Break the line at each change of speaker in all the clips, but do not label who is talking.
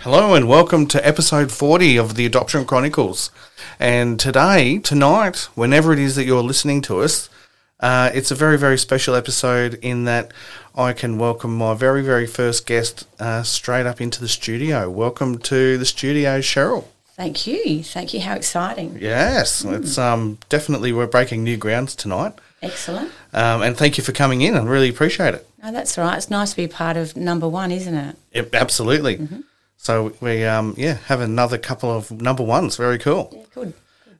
Hello and welcome to episode 40 of the Adoption Chronicles. And today, tonight, whenever it is that you're listening to us, uh, it's a very, very special episode in that I can welcome my very, very first guest uh, straight up into the studio. Welcome to the studio, Cheryl.
Thank you. Thank you. How exciting.
Yes, it's um, definitely we're breaking new grounds tonight.
Excellent.
Um, and thank you for coming in. I really appreciate it.
No, that's all right. It's nice to be part of number one, isn't it?
Yep, absolutely. So we, um, yeah, have another couple of number ones. Very cool.
Good.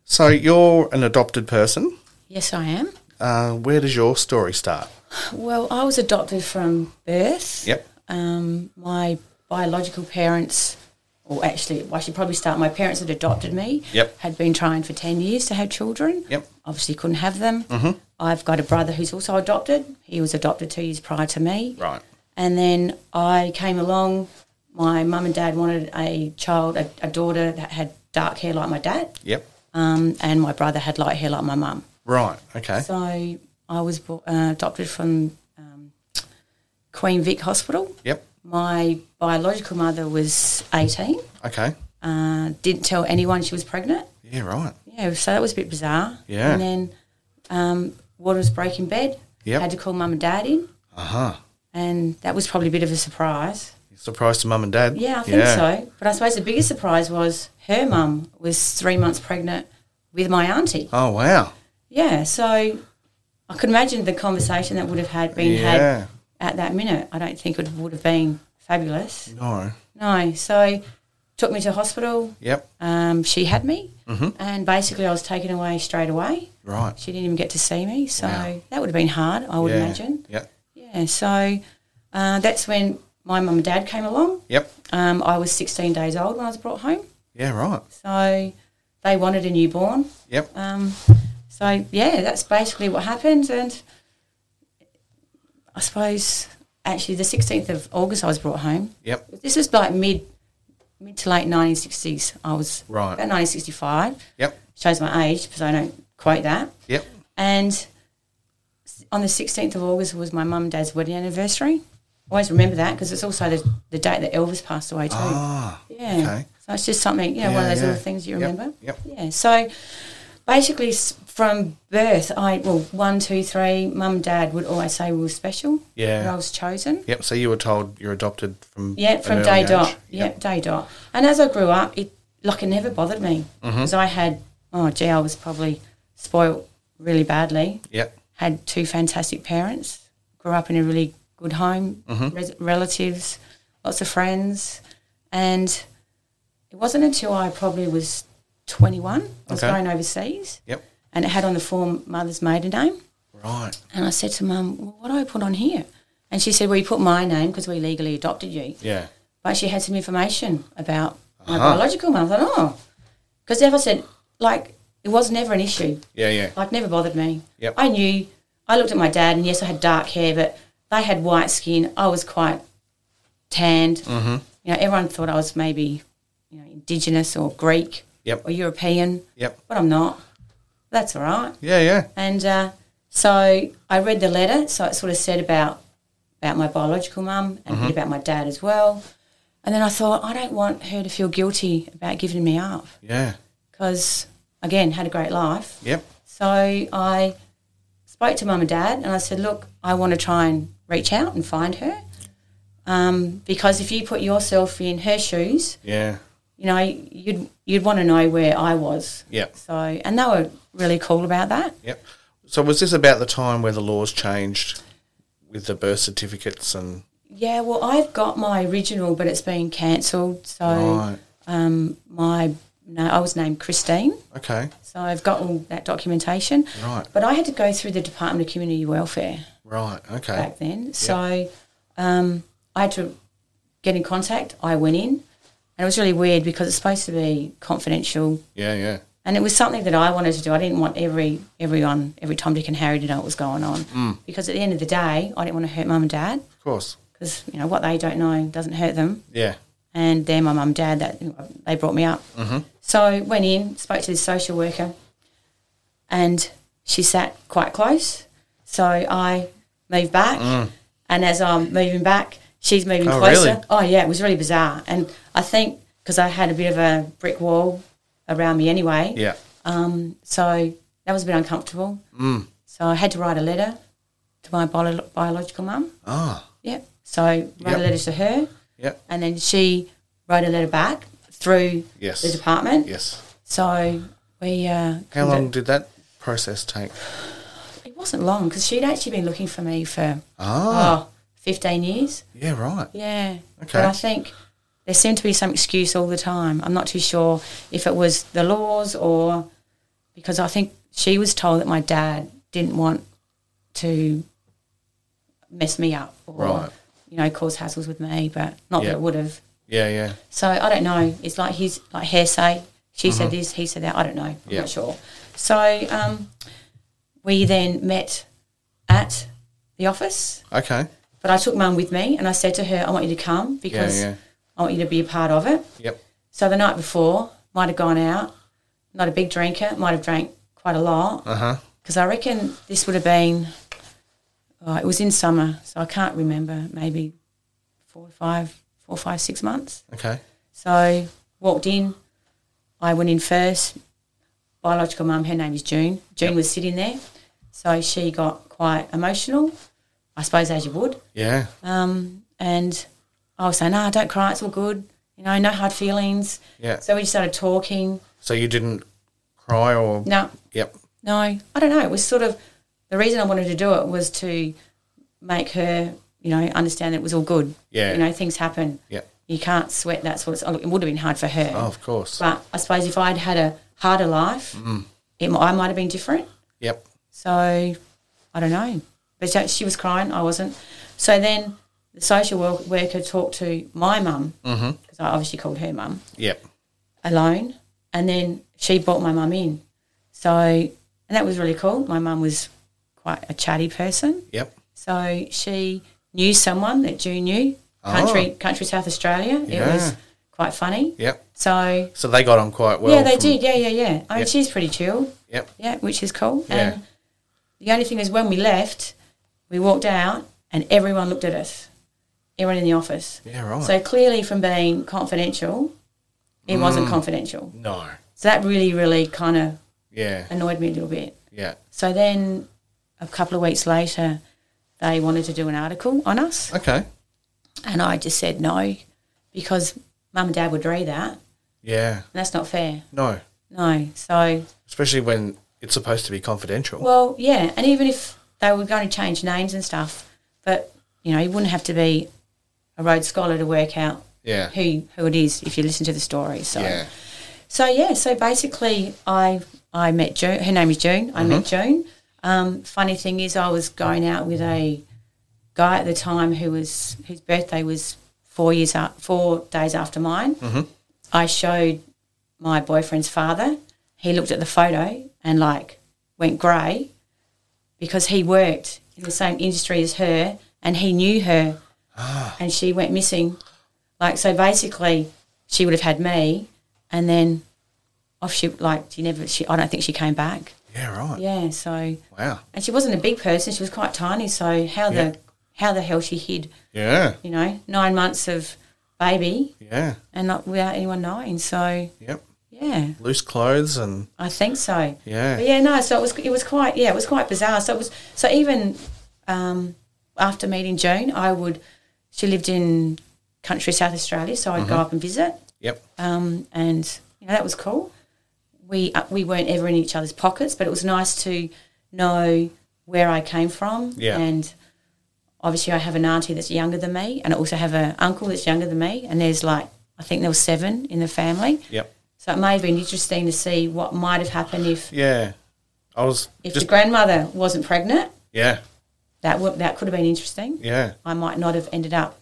So you're an adopted person.
Yes, I am.
Uh, where does your story start?
Well, I was adopted from birth.
Yep.
Um, my biological parents, or actually, I should probably start. My parents had adopted me.
Yep.
Had been trying for 10 years to have children.
Yep.
Obviously, couldn't have them. Mm-hmm. I've got a brother who's also adopted. He was adopted two years prior to me.
Right.
And then I came along. My mum and dad wanted a child, a, a daughter that had dark hair like my dad,
Yep.
um, and my brother had light hair like my mum.
Right. Okay.
So I was bo- uh, adopted from um, Queen Vic Hospital.
yep.
My biological mother was 18,
Okay.
uh, didn't tell anyone she was pregnant.
Yeah. Right.
Yeah, so that was a bit bizarre.
Yeah.
And then um, water was breaking bed.
Yep.
Had to call mum and dad in,
Uh huh.
and that was probably a bit of a surprise.
Surprise to mum and dad.
Yeah, I think so. But I suppose the biggest surprise was her mum was three months pregnant with my auntie.
Oh wow.
Yeah, so I could imagine the conversation that would have had been had
yeah.
at that minute. I don't think it would have been fabulous.
No.
No, so took me to hospital.
Yep.
Um, she had me, and basically I was taken away straight away.
Mm-hmm. Right.
She didn't even get to see me, so
Wow.
that would have been hard. I would
yeah.
imagine.
Yep.
Yeah, so uh, that's when my mum and dad came along.
Yep.
Um, I was 16 days old when I was brought home,
Yeah. Right.
so they wanted a newborn.
Yep.
Um, so yeah, that's basically what happened, and I suppose actually the sixteenth of August I was brought home.
Yep.
This was like mid mid to late nineteen sixties. I was
Right.
about nineteen sixty five.
Yep.
Shows my age because I don't quote that.
Yep.
And s- on the sixteenth of August was my mum and dad's wedding anniversary. Always remember that because it's also the, the date that Elvis passed away too.
Ah.
Yeah.
Okay.
So it's just something, you know, one
Yeah,
of those
yeah.
little things you
Yep,
remember.
yep.
Yeah. So basically, s- from birth, I, well, one, two, three, mum, dad would always say we were special.
Yeah.
That I was chosen.
Yep. So you were told you're adopted from
Yeah,
an
from
early
day
age.
dot. Yeah, day dot. And as I grew up, it, like, it never bothered me
Mm-hmm.
because I had, oh, gee, I was probably spoilt really badly.
Yep.
Had two fantastic parents, grew up in a really good home, res- relatives, lots of friends. And it wasn't until I probably was 21, I was
Okay.
going overseas,
Yep.
and it had on the form mother's maiden name.
Right.
And I said to Mum, well, what do I put on here? And she said, well, you put my name because we legally adopted you.
Yeah.
But she had some information about my biological mum. I thought, oh. Because ever said, like, it was never an issue.
Yeah, yeah.
Like, never bothered me.
Yep.
I knew. I looked at my dad, and yes, I had dark hair, but they had white skin. I was quite tanned. Mm-hmm. You know, everyone thought I was maybe, you know, indigenous or Greek
Yep.
or European.
Yep.
But I'm not. That's all right.
Yeah, yeah.
And uh, so I read the letter. So it sort of said about about my biological mum and a
Mm-hmm.
bit about my dad as well. And then I thought, I don't want her to feel guilty about giving me up
Yeah.
because, again, had a great life.
Yep.
So I spoke to mum and dad and I said, look, I want to try and reach out and find her. Um, because if you put yourself in her shoes,
Yeah.
you know, you'd you'd want to know where I was.
Yep.
So, and they were really cool about that.
Yep. So was this about the time where the laws changed with the birth certificates and
Yeah, well, I've got my original, but it's been cancelled. So
Right.
um, my no, I was named Christine,
Okay.
so I've got all that documentation.
Right.
But I had to go through the Department of Community Welfare
Right. Okay.
back then, so um, I had to get in contact. I went in, and it was really weird because it's supposed to be confidential,
Yeah, yeah.
and it was something that I wanted to do. I didn't want every everyone, every Tom, Dick, and Harry to know what was going on, because at the end of the day, I didn't want to hurt mum and dad.
Of course.
Because you know what they don't know doesn't hurt them.
Yeah.
and they're my mum and dad that they brought me up. Mm-hmm. So went in, spoke to this social worker, and she sat quite close. So I moved back, and as I'm moving back, she's moving
Mm. Oh,
closer.
really?
Oh yeah, it was really bizarre, and I think because I had a bit of a brick wall around me anyway,
Yeah.
um, so that was a bit uncomfortable. Mm. So I had to write a letter to my bio- biological mum.
Ah.
Yep. So I wrote
Yep.
a letter to her
Yep.
and then she wrote a letter back through
Yes.
the department.
Yes.
So we. Uh,
How long did that process take?
It wasn't long because she'd actually been looking for me for oh, 15 years.
Yeah, right.
Yeah.
Ah. Okay.
But I think there seemed to be some excuse all the time. I'm not too sure if it was the laws or because I think she was told that my dad didn't want to mess me up or
Right.
you know cause hassles with me, but not
Yeah.
that it would have.
Yeah, yeah.
So I don't know. It's like he's like hearsay. She said this, he said that. I don't know. I'm
Mm-hmm. Yeah.
not sure. So um, we then met at the office,
Okay.
but I took mum with me and I said to her, I want you to come because
yeah.
I want you to be a part of it.
Yep.
So the night before, might have gone out, not a big drinker, might have drank quite a lot.
Uh-huh.
Because I reckon this would have been, oh, it was in summer, so I can't remember, maybe four, five, four, five, six months.
Okay.
So walked in. I went in first. Biological mum, her name is June. June was sitting there, so she got quite emotional. I suppose as you would.
Yeah.
Um, and I was saying, "No, don't cry. It's all good. You know, no hard feelings."
Yeah.
So we just started talking.
So you didn't cry or
No,
Yep.
no, I don't know. It was sort of the reason I wanted to do it was to make her, you know, understand that it was all good.
Yeah.
You know, things happen.
Yep.
You can't sweat that sort of. oh, Look, it would have been hard for her.
Oh, of course.
But I suppose if I'd had a harder life, it, I might have been different.
Yep.
So I don't know. But she- she was crying, I wasn't. So then the social wor- worker talked to my mum, because I obviously called her mum,
Yep.
alone. And then she brought my mum in. So, and that was really cool. My mum was quite a chatty person.
Yep.
So she knew someone that June knew, country, country South Australia. It
Yeah.
was quite funny.
Yep.
So
So they got on quite well.
yeah, they
from-
did. Yeah, yeah, yeah. I mean,
Yep.
she's pretty chill.
Yep.
Yeah, which is cool.
Yeah.
And the only thing is, when we left, we walked out and everyone looked at us. Everyone in the office.
Yeah, right.
So clearly, from being confidential, it
Mm.
wasn't confidential.
No.
So that really, really kind of
Yeah.
annoyed me a little bit.
Yeah.
So then, a couple of weeks later, they wanted to do an article on us,
Okay.
and I just said no because mum and dad would read that, and
Yeah.
that's not fair.
No.
No. So
Especially when it's supposed to be confidential.
Well, yeah, and even if they were going to change names and stuff, but you know, you wouldn't have to be a Rhodes scholar to work out
yeah.
who who it is if you listen to the story. So,
Yeah. Mm-hmm.
so yeah, so basically, I I met June. Her name is June. I met June. Um, funny thing is, I was going out with a guy at the time who was whose birthday was four years up, four days after mine.
Mm-hmm.
I showed my boyfriend's father. He looked at the photo and like went grey because he worked in the same industry as her and he knew her, and she went missing. Like so, basically, she would have had me, and then off she like she never. She I don't think she came back.
Yeah, right.
Yeah, so
Wow.
and she wasn't a big person; she was quite tiny. So how
Yeah.
the how the hell she hid?
Yeah.
You know, nine months of baby
Yeah.
and not without anyone knowing. So
Yep.
yeah,
Loose clothes and
I think so.
Yeah.
but yeah, no. So it was it was quite yeah it was quite bizarre. So it was so even um, after meeting June, I would she lived in country South Australia, so I'd
Uh-huh.
go up and visit,
yep.
um, and you know that was cool. We uh, we weren't ever in each other's pockets, but it was nice to know where I came from.
Yeah.
And obviously, I have an auntie that's younger than me, and I also have an uncle that's younger than me. And there's like I think there was seven in the family.
Yep.
So it may have been interesting to see what might have happened if
Yeah. I was
if
just
the grandmother wasn't pregnant.
yeah.
That would that could have been interesting.
Yeah.
I might not have ended up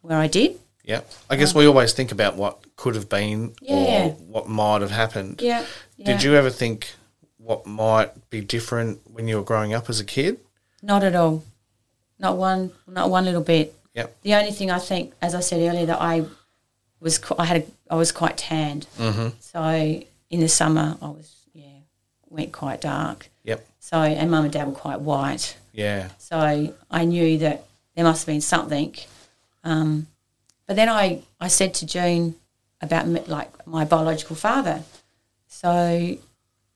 where I did.
Yeah. I guess we always think about what could have been
Yeah.
or what might have happened.
Yeah. yeah.
Did you ever think what might be different when you were growing up as a kid?
Not at all. Not one. Not one little bit.
Yep.
The only thing I think, as I said earlier, that I was qu- I had a, I was quite tanned. Mm-hmm. So in the summer, I was yeah went quite dark.
Yep.
So and mum and dad were quite white.
Yeah.
So I knew that there must have been something. Um, but then I, I said to June about m- like my biological father. So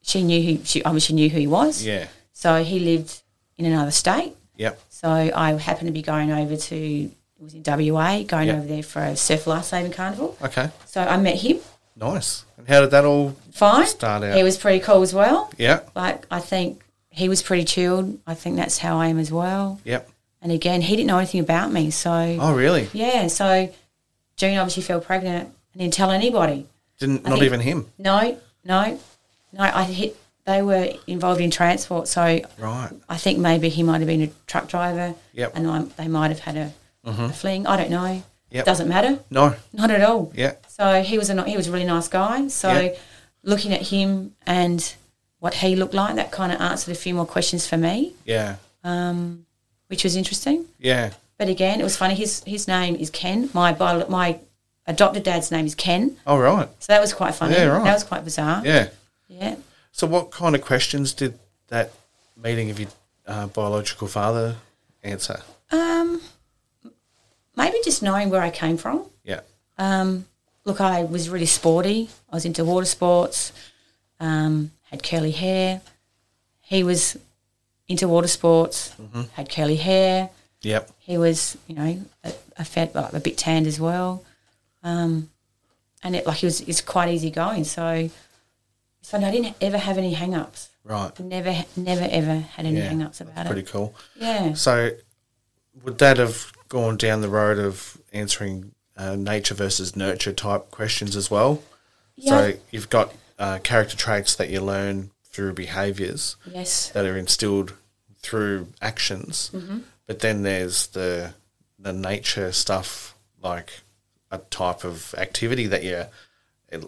she knew who she I mean she knew who he was.
Yeah.
So he lived in another state.
Yep.
So I happened to be going over to it was in WA, going
Yeah.
over there for a surf lifesaving carnival.
Okay.
So I met him.
Nice. And how did that all
Fine.
Start out.
He was pretty cool as well.
Yeah.
Like I think he was pretty chilled. I think that's how I am as well.
Yep.
And again, he didn't know anything about me. So,
Oh really?
yeah, so June obviously fell pregnant and didn't tell anybody.
Didn't
I
not
think-
even him.
No, no, no. I hit, they were involved in transport. So
Right.
I think maybe he might have been a truck driver.
Yep. Mm-hmm.
And I, they might have had a, a fling. I don't know.
Yep.
Doesn't matter.
No.
Not at all.
Yeah.
So he was a he was a really nice guy. So
Yeah.
looking at him and what he looked like, that kind of answered a few more questions for me,
Yeah.
um, which was interesting.
Yeah.
But again, it was funny. His his name is Ken. My bio, my adopted dad's name is Ken.
All Oh, right.
So that was quite funny.
Yeah, right.
That was quite bizarre.
Yeah.
Yeah.
So what kind of questions did that meeting of your uh, biological father answer?
Um, maybe just knowing where I came from.
Yeah.
Um, look, I was really sporty. I was into water sports. Um, had curly hair. He was into water sports.
Mm-hmm.
Had curly hair.
Yep.
he was, you know, a, a fat, like a bit tanned as well, um, and it like he was, it's quite easy going. So, so no, I didn't ever have any hang-ups.
Right.
Never, never, ever had any
Yeah,
hang-ups about
Pretty
it.
cool.
Yeah,
So, would that have gone down the road of answering uh, nature versus nurture type questions as well?
yeah,
So, you've got uh, character traits that you learn through behaviors
yes,
that are instilled through actions,
Mm-hmm.
but then there's the the nature stuff, like a type of activity that you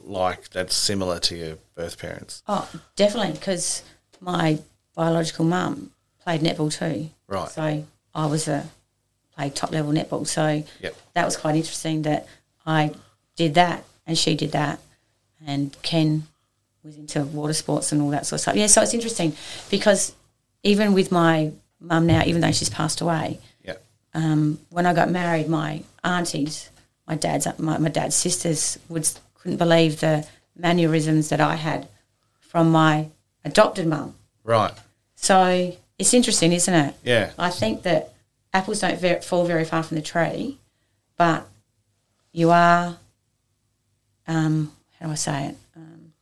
like that's similar to your birth parents,
oh, definitely, because my biological mum played netball too.
Right.
So I was a played top level netball. So
Yep.
that was quite interesting that I did that and she did that, and Ken was into water sports and all that sort of stuff. Yeah, so it's interesting because even with my mum now, even though she's passed away,
yeah,
um, when I got married, my aunties, my dad's my, my dad's sisters would couldn't believe the mannerisms that I had from my adopted mum.
right,
So it's interesting, isn't it?
yeah,
I think that apples don't ver- fall very far from the tree, but you are, um, how do I say it? Um,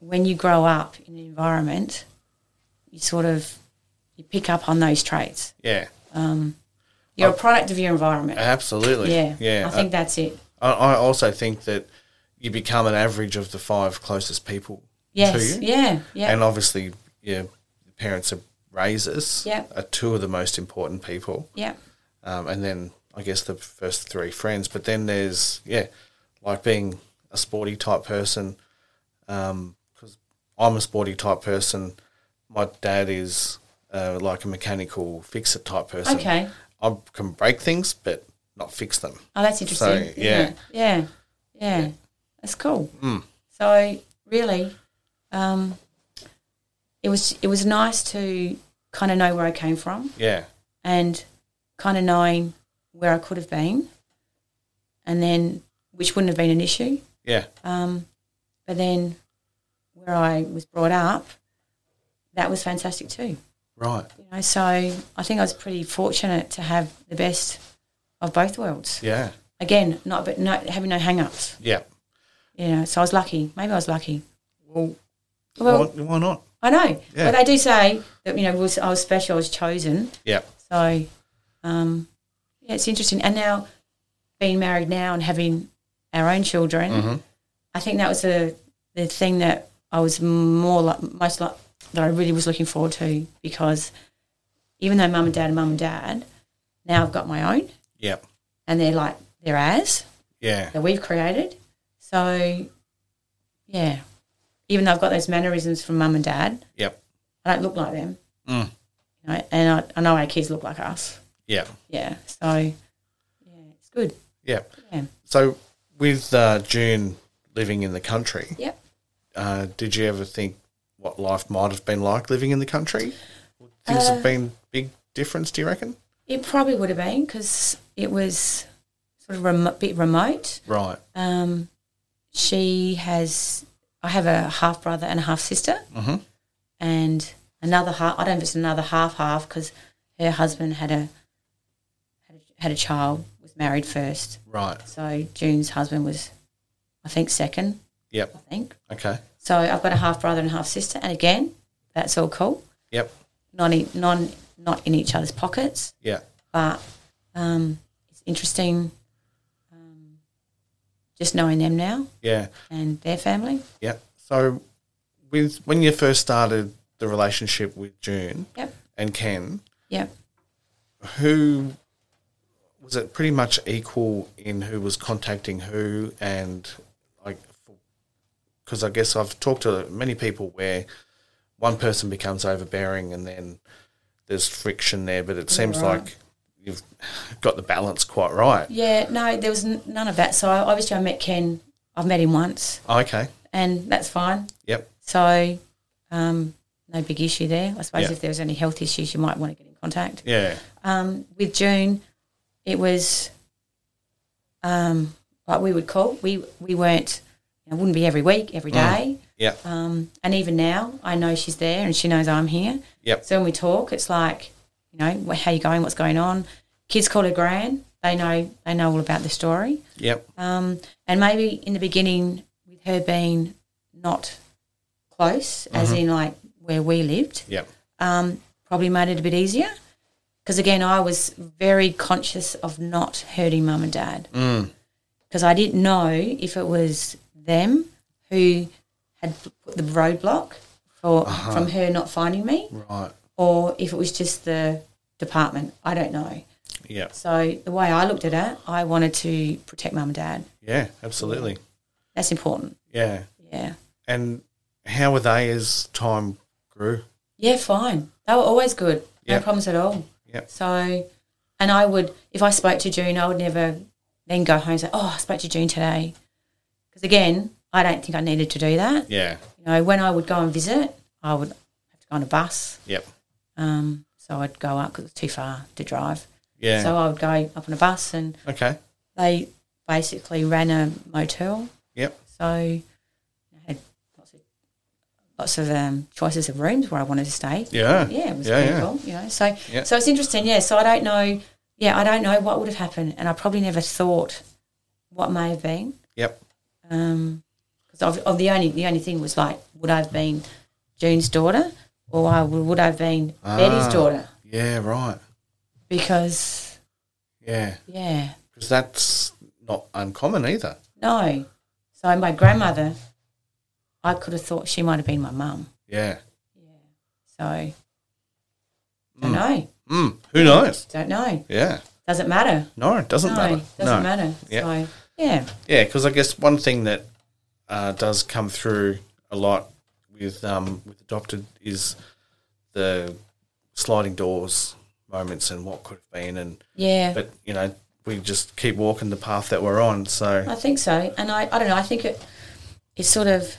when you grow up in an environment, you sort of you pick up on those traits.
yeah,
You're a product of your environment.
absolutely,
yeah,
yeah. uh,
I think that's it.
I, I also think that you become an average of the five closest people
Yes,
to you,
yeah, yeah,
and obviously your parents have raised us
Yeah.
are two of the most important people.
Yeah.
Um, and then I guess the first three friends. But then there's, yeah, like being a sporty type person, because I'm a sporty type person. My dad is uh, like a mechanical fixer type person.
Okay.
I can break things, but not fix them.
Oh, that's interesting.
So,
isn't
yeah. Hmm.
it? yeah. Yeah. That's cool. So really, um, it was it was nice to kind of know where I came from
Yeah.
and kind of knowing where I could have been, and then which wouldn't have been an issue.
Yeah.
Um, but then where I was brought up, that was fantastic too.
Right.
You know, so I think I was pretty fortunate to have the best of both worlds.
Yeah.
Again, not but no, having no hang-ups.
Yeah.
You know, so I was lucky. Maybe I was lucky.
Well,
Well,
why, why not?
I know,
Yeah.
but they do say that you know was, I was special. I was chosen.
Yeah.
So, um, yeah, it's interesting. And now being married now and having our own children, I think that was the the thing that I was more like most like that I really was looking forward to because even though mum and dad are mum and dad, now I've got my own
Yeah.
and they're like they're ours
Yeah.
that we've created. So, yeah, even though I've got those mannerisms from mum and dad,
Yep.
I don't look like them.
Mm.
You know, and I, I know our kids look like us.
Yeah.
Yeah. So, yeah, it's good.
Yeah.
Yeah.
So with uh, June living in the country,
Yep.
uh, did you ever think what life might have been like living in the country? Things have been big difference, do you reckon?
It probably would have been because it was sort of a remo- bit remote.
Right.
Um, she has, I have a half brother and a half sister,
Mhm.
and another half. I don't know if it's another half half because her husband had a had a, had a child, was married first.
Right.
So June's husband was, I think, second.
Yep.
I think.
Okay.
So I've got a half brother and a half sister, and again, that's all cool.
Yep.
Not in, non, not in each other's pockets,
Yeah.
but um, it's interesting um, just knowing them now
Yeah.
and their family.
Yeah. So with when you first started the relationship with June
Yep,
and Ken,
yep.
who was it pretty much equal in who was contacting who and like because I guess I've talked to many people where one person becomes overbearing and then there's friction there, but it seems like you've got the balance quite right.
Yeah, no, there was n- none of that. So I, obviously, I met Ken. I've met him once,
Okay.
and that's fine.
Yep.
So um, no big issue there. I suppose
Yeah.
if there was any health issues, you might want to get in contact.
Yeah.
um, with June, it was um, like we would call. We we weren't. It wouldn't be every week,
Mm.
every day.
Yep.
Um, and even now, I know she's there and she knows I'm here.
Yep.
So when we talk, it's like, you know, wh- how you going? What's going on? Kids call her Gran. They know they know all about the story.
Yep.
Um, and maybe in the beginning, with her being not close, as in like where we lived,
Yep.
um, probably made it a bit easier. Because again, I was very conscious of not hurting mum and dad. Because I didn't know if it was them who had put the roadblock for from her not finding me,
Right.
or if it was just the department. I don't know.
Yep.
So the way I looked at it, I wanted to protect mum and dad.
Yeah. Absolutely.
That's important.
Yeah.
Yeah.
And how were they as time grew?
Yeah, fine. They were always good. No
Yeah.
problems at all.
Yep.
So, and I would, if I spoke to June, I would never then go home and say, oh, I spoke to June today. Because again, I don't think I needed to do that.
Yeah.
You know, when I would go and visit, I would have to go on a bus.
Yep.
Um, so I'd go up because it was too far to drive.
Yeah.
So I would go up on a bus and
okay.
they basically ran a motel.
Yep.
So I had lots of, lots of um, choices of rooms where I wanted to stay
Yeah.
yeah, it was
yeah,
pretty
yeah.
cool, you know. So
Yeah.
so it's interesting, yeah. So I don't know, yeah, I don't know what would have happened, and I probably never thought what may have been,
Yep.
because of, of the only the only thing was like, would I have been June's daughter, or I would, would I have been
Ah.
Betty's daughter?
Yeah, right.
Because
Yeah.
yeah,
Because that's not uncommon either.
no. So my grandmother, I could have thought she might have been my mum.
Yeah.
So Don't know.
Mm, who knows?
Don't know.
Yeah.
Doesn't matter.
No, it doesn't
no,
matter.
doesn't
no.
matter.
Yeah.
So, yeah.
Yeah, because I guess one thing that uh, does come through a lot with um, with adopted is the sliding doors moments and what could have been, and
Yeah.
but you know we just keep walking the path that we're on. So
I think so. And I, I don't know, I think it it's sort of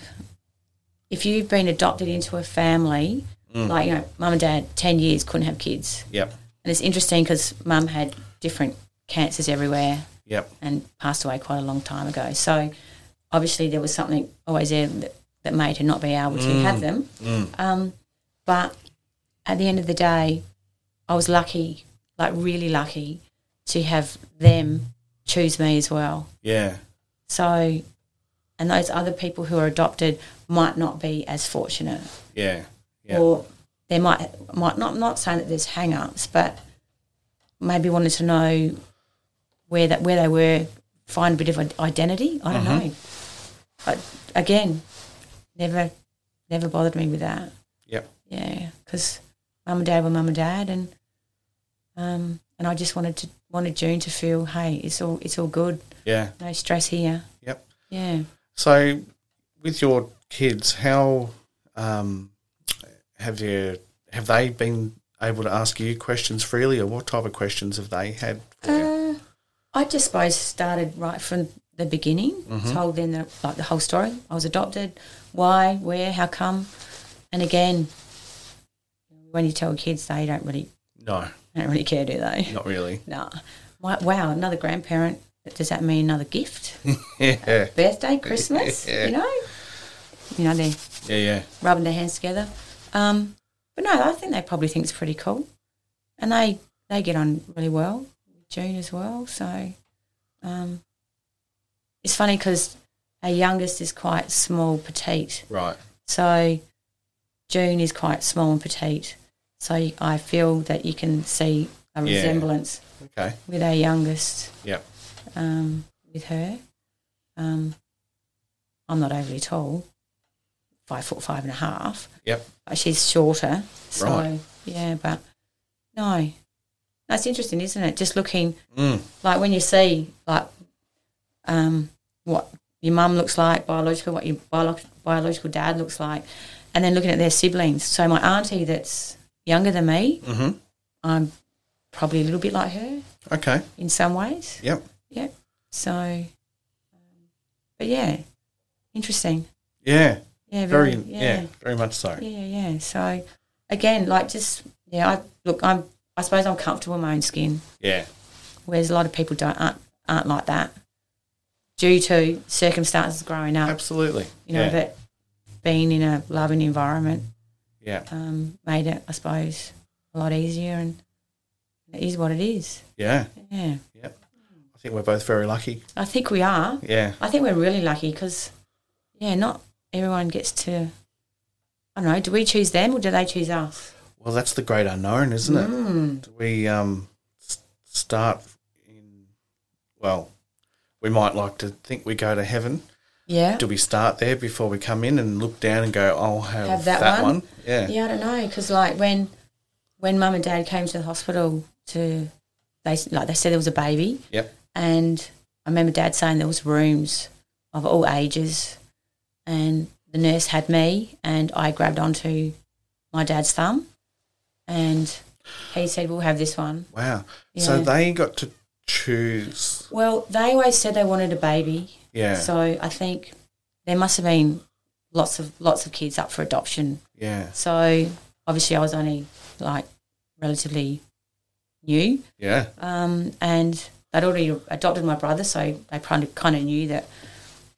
if you've been adopted into a family,
Mm.
like, you know, mum and dad, 10 years, couldn't have kids.
yep,
And it's interesting because mum had different cancers everywhere
yep,
and passed away quite a long time ago. So obviously there was something always there that, that made her not be able to have them. Um, but at the end of the day, I was lucky, like really lucky, to have them choose me as well.
yeah,
So, and those other people who are adopted might not be as fortunate,
yeah, yeah,
or they might might not. I'm not saying that there's hang-ups, but maybe wanted to know where that where they were, find a bit of an identity. I don't know. But again, never never bothered me with that.
yep,
Yeah, because mum and dad were mum and dad, and um, and I just wanted to wanted June to feel, hey, it's all it's all good,
yeah,
no stress here.
yep.
Yeah.
So, with your kids, how um, have you have they been able to ask you questions freely, or what type of questions have they had? For you?
Uh, I just suppose started right from the beginning. Told them the, like the whole story. I was adopted. Why? Where? How come? And again, when you tell kids, they don't really
No,
they don't really care, do they?
not really.
No. Wow, wow, another grandparent. Does that mean another gift?
Yeah,
Birthday, Christmas? You know, you know they're
yeah, yeah,
rubbing their hands together. Um, but no, I think they probably think it's pretty cool, and they they get on really well with June as well. So um, it's funny because our youngest is quite small, petite.
right.
So June is quite small and petite. So I feel that you can see a
Yeah.
resemblance
Okay,
with our youngest
yep,
um, with her. Um, I'm not overly tall, five foot five and a half.
yep,
But she's shorter. So
Right.
yeah, but no. That's interesting, isn't it? Just looking
mm,
like when you see like um, what your mum looks like, biological, what your biolo- biological dad looks like, and then looking at their siblings. So my auntie that's younger than me,
Mhm.
I'm probably a little bit like her
okay,
in some ways.
yep,
Yep. So, um, but yeah, interesting.
yeah,
Yeah,
very,
very.
yeah. very much so.
yeah, yeah, yeah. So, again, like just yeah, I look, I'm, I suppose I'm comfortable in my own skin,
Yeah,
whereas a lot of people don't aren't, aren't like that due to circumstances growing up.
absolutely.
Uh, You know,
yeah,
but being in a loving environment
yeah,
um, made it, I suppose, a lot easier, and it is what it is.
yeah,
Yeah,
yep. I think we're both very lucky.
I think we are.
Yeah,
I think we're really lucky because, yeah, not everyone gets to. I don't know. Do we choose them or do they choose us?
well, that's the great unknown, isn't it?
Mm.
Do we um s- start in? Well, we might like to think we go to heaven.
Yeah.
Do we start there before we come in and look down and go, "I'll have,
Have that
one.
one?
Yeah,
yeah, I don't know because like when, when mum and dad came to the hospital to, they like they said there was a baby
yep,
and I remember dad saying there was rooms of all ages, and the nurse had me and I grabbed onto my dad's thumb, and he said we'll have this one.
wow. So
Yeah.
they got to choose.
Well, they always said they wanted a baby.
Yeah,
So I think there must have been lots of lots of kids up for adoption.
yeah,
So obviously I was only like relatively new,
yeah,
um, and they'd already adopted my brother, so they kind of kind of knew that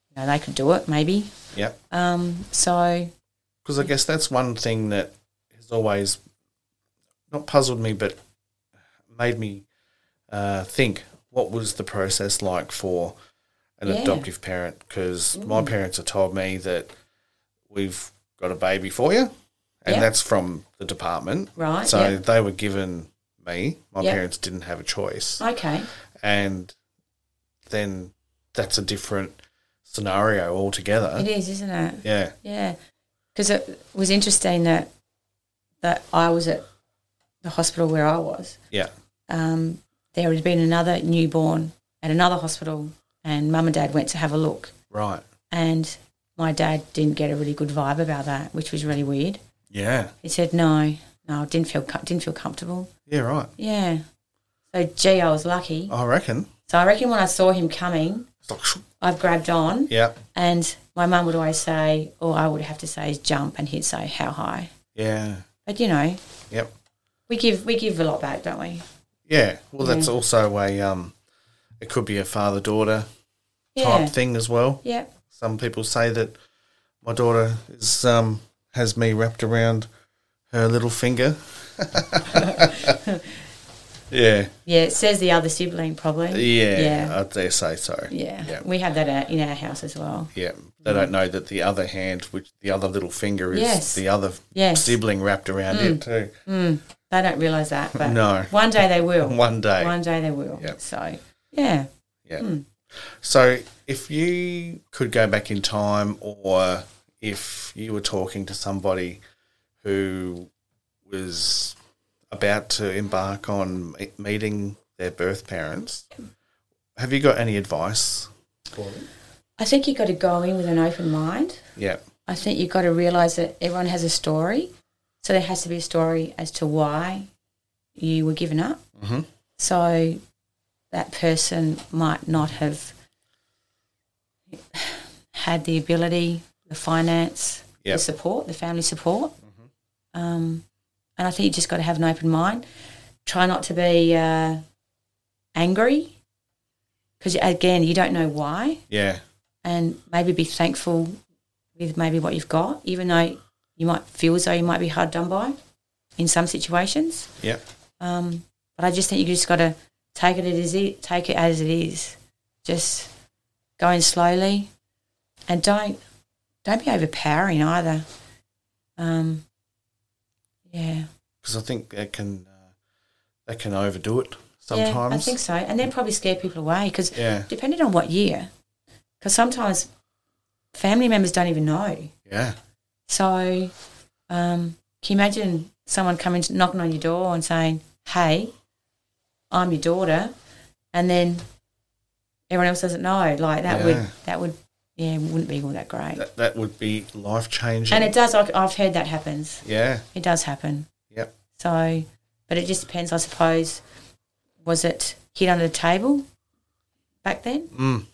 you know, they could do it maybe.
yep.
Um, so
because I guess that's one thing that has always not puzzled me, but made me uh, think what was the process like for an
Yeah. Mm.
adoptive parent? Because my parents have told me that we've got a baby for you, and
Yeah.
that's from the department.
Right,
So
yeah.
they were given me. My
Yeah.
parents didn't have a choice
okay,
and then that's a different scenario altogether.
it is, isn't it?
Yeah.
Yeah, because it was interesting that that I was at the hospital where I was,
Yeah.
um, there had been another newborn at another hospital, and mum and dad went to have a look.
Right.
And my dad didn't get a really good vibe about that, which was really weird.
Yeah.
He said, "No, no, didn't feel com- didn't feel comfortable."
Yeah. Right.
Yeah. So gee, I was lucky.
I reckon.
So I reckon when I saw him coming,
It's like, shoo.
I've grabbed on,
yeah.
and my mum would always say, or I would have to say, "Jump," and he'd say, "How high?"
Yeah.
But you know,
Yep.
we give we give a lot back, don't we?
Yeah. Well, that's also a um, it could be a father daughter
Yeah.
type thing as well.
Yeah.
Some people say that my daughter is um has me wrapped around her little finger. yeah.
Yeah, it says the other sibling probably.
Yeah.
Yeah.
I dare say so.
yeah.
Yeah.
We had that out in our house as well.
Yeah, they don't know that the other hand, which the other little finger is
Yes.
the other
Yes. Mm.
sibling wrapped around it too.
They don't realise that, but
No.
one day they will.
One day.
One day they will.
Yep.
So, yeah.
Yeah.
Hmm.
So if you could go back in time or if you were talking to somebody who was about to embark on me- meeting their birth parents, have you got any advice?
I think you've got to go in with an open mind.
Yeah.
I think you've got to realise that everyone has a story. So there has to be a story as to why you were given up.
hmm
So that person might not have had the ability, the finance,
Yep.
the support, the family support. Um, and I think you just got to have an open mind. Try not to be uh, angry because, again, you don't know why.
Yeah.
And maybe be thankful with maybe what you've got, even though you might feel as though you might be hard done by in some situations.
Yeah.
Um, but I just think you just got to take it as it take it as it is. Just go in slowly, and don't don't be overpowering either. Um, yeah,
Because I think that can uh, that can overdo it
Yeah,
sometimes.
I think so, and then probably scare people away because
Yeah.
depending on what year, because sometimes family members don't even know.
Yeah.
So, um, can you imagine someone coming knocking on your door and saying, "Hey, I'm your daughter," and then everyone else doesn't know? Like that would
Yeah.
that would yeah wouldn't be all that great.
That, that would be life changing.
and it does. I, I've heard that happens.
Yeah.
It does happen.
Yep.
So, but it just depends, I suppose. Was it hid under the table back then?
Mm.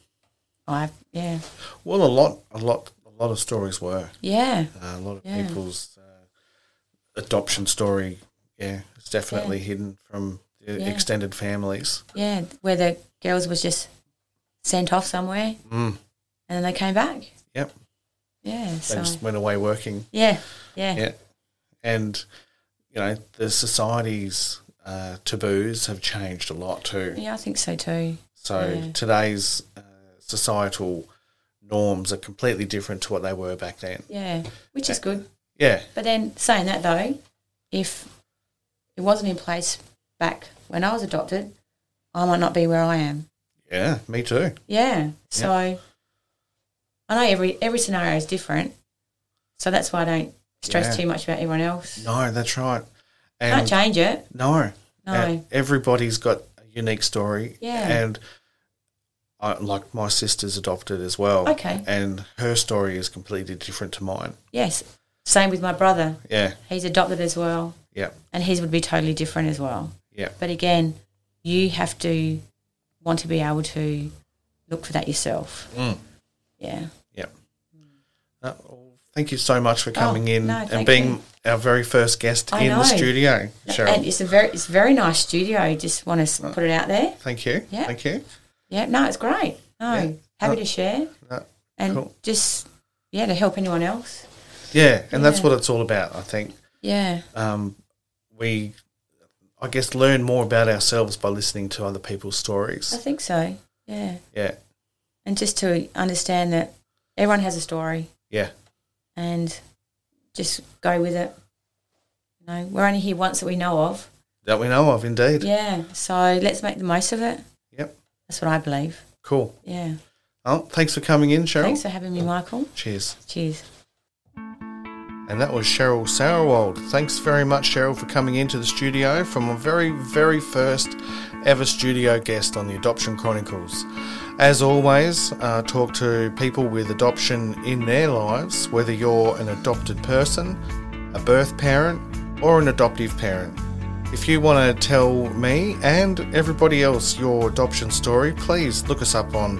I yeah
Well, a lot, a lot, a lot of stories were.
yeah
Uh, a lot of
Yeah.
people's uh, adoption story, yeah, it's definitely hidden from the
Yeah.
extended families.
yeah where the girls was just sent off somewhere
Mm.
and then they came back.
Yep,
Yeah.
they
So
just went away working.
yeah, yeah,
Yeah, and you know the society's uh, taboos have changed a lot too.
Yeah, I think so too.
So
Yeah.
today's uh, societal norms are completely different to what they were back then.
Yeah, which is good.
Yeah,
But then saying that though, if it wasn't in place back when I was adopted, I might not be where I am.
yeah, me too.
Yeah. So I know every every scenario is different. So that's why I don't stress
Yeah.
too much about everyone else.
No, that's right.
Can't change it.
No.
No.
Uh, everybody's got a unique story.
Yeah.
And I, like my sister's adopted as well.
Okay.
And her story is completely different to mine.
Yes. Same with my brother.
Yeah.
He's adopted as well,
Yeah.
and his would be totally different as well.
Yeah.
But again, you have to want to be able to look for that yourself.
Mm.
Yeah.
Yeah. Uh, well, thank you so much for coming in
Oh, no,
and
thank
being
you.
our very first guest
I
in
know.
the studio, Cheryl. Mm.
And it's a very it's a very nice studio. Just want to put it out there.
thank you.
Yeah.
Thank you.
Yeah. No, it's great. No,
Yeah.
happy
Oh.
to share
Uh,
and
Cool.
just yeah to help anyone else.
yeah. And that's
Yeah.
what it's all about, I think.
Yeah.
Um, we, I guess, learn more about ourselves by listening to other people's
I
stories.
think so. Yeah.
Yeah.
And just to understand that everyone has a story
Yeah.
and just go with it. You know, we're only here once that we know of.
That we know of, indeed.
Yeah. So let's make the most of it.
Yep.
That's what I believe.
Cool.
Yeah.
Well, thanks for coming in, Cheryl.
Thanks for having me, Michael.
Cheers.
Cheers.
And that was Cheryl Sauerwald. Thanks very much, Cheryl, for coming into the studio from a very, very first ever studio guest on the Adoption Chronicles. As always, uh, talk to people with adoption in their lives, whether you're an adopted person, a birth parent, or an adoptive parent. If you want to tell me and everybody else your adoption story, please look us up on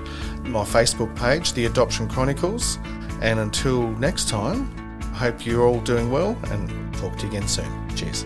my Facebook page, The Adoption Chronicles. And until next time, I hope you're all doing well and talk to you again soon. Cheers.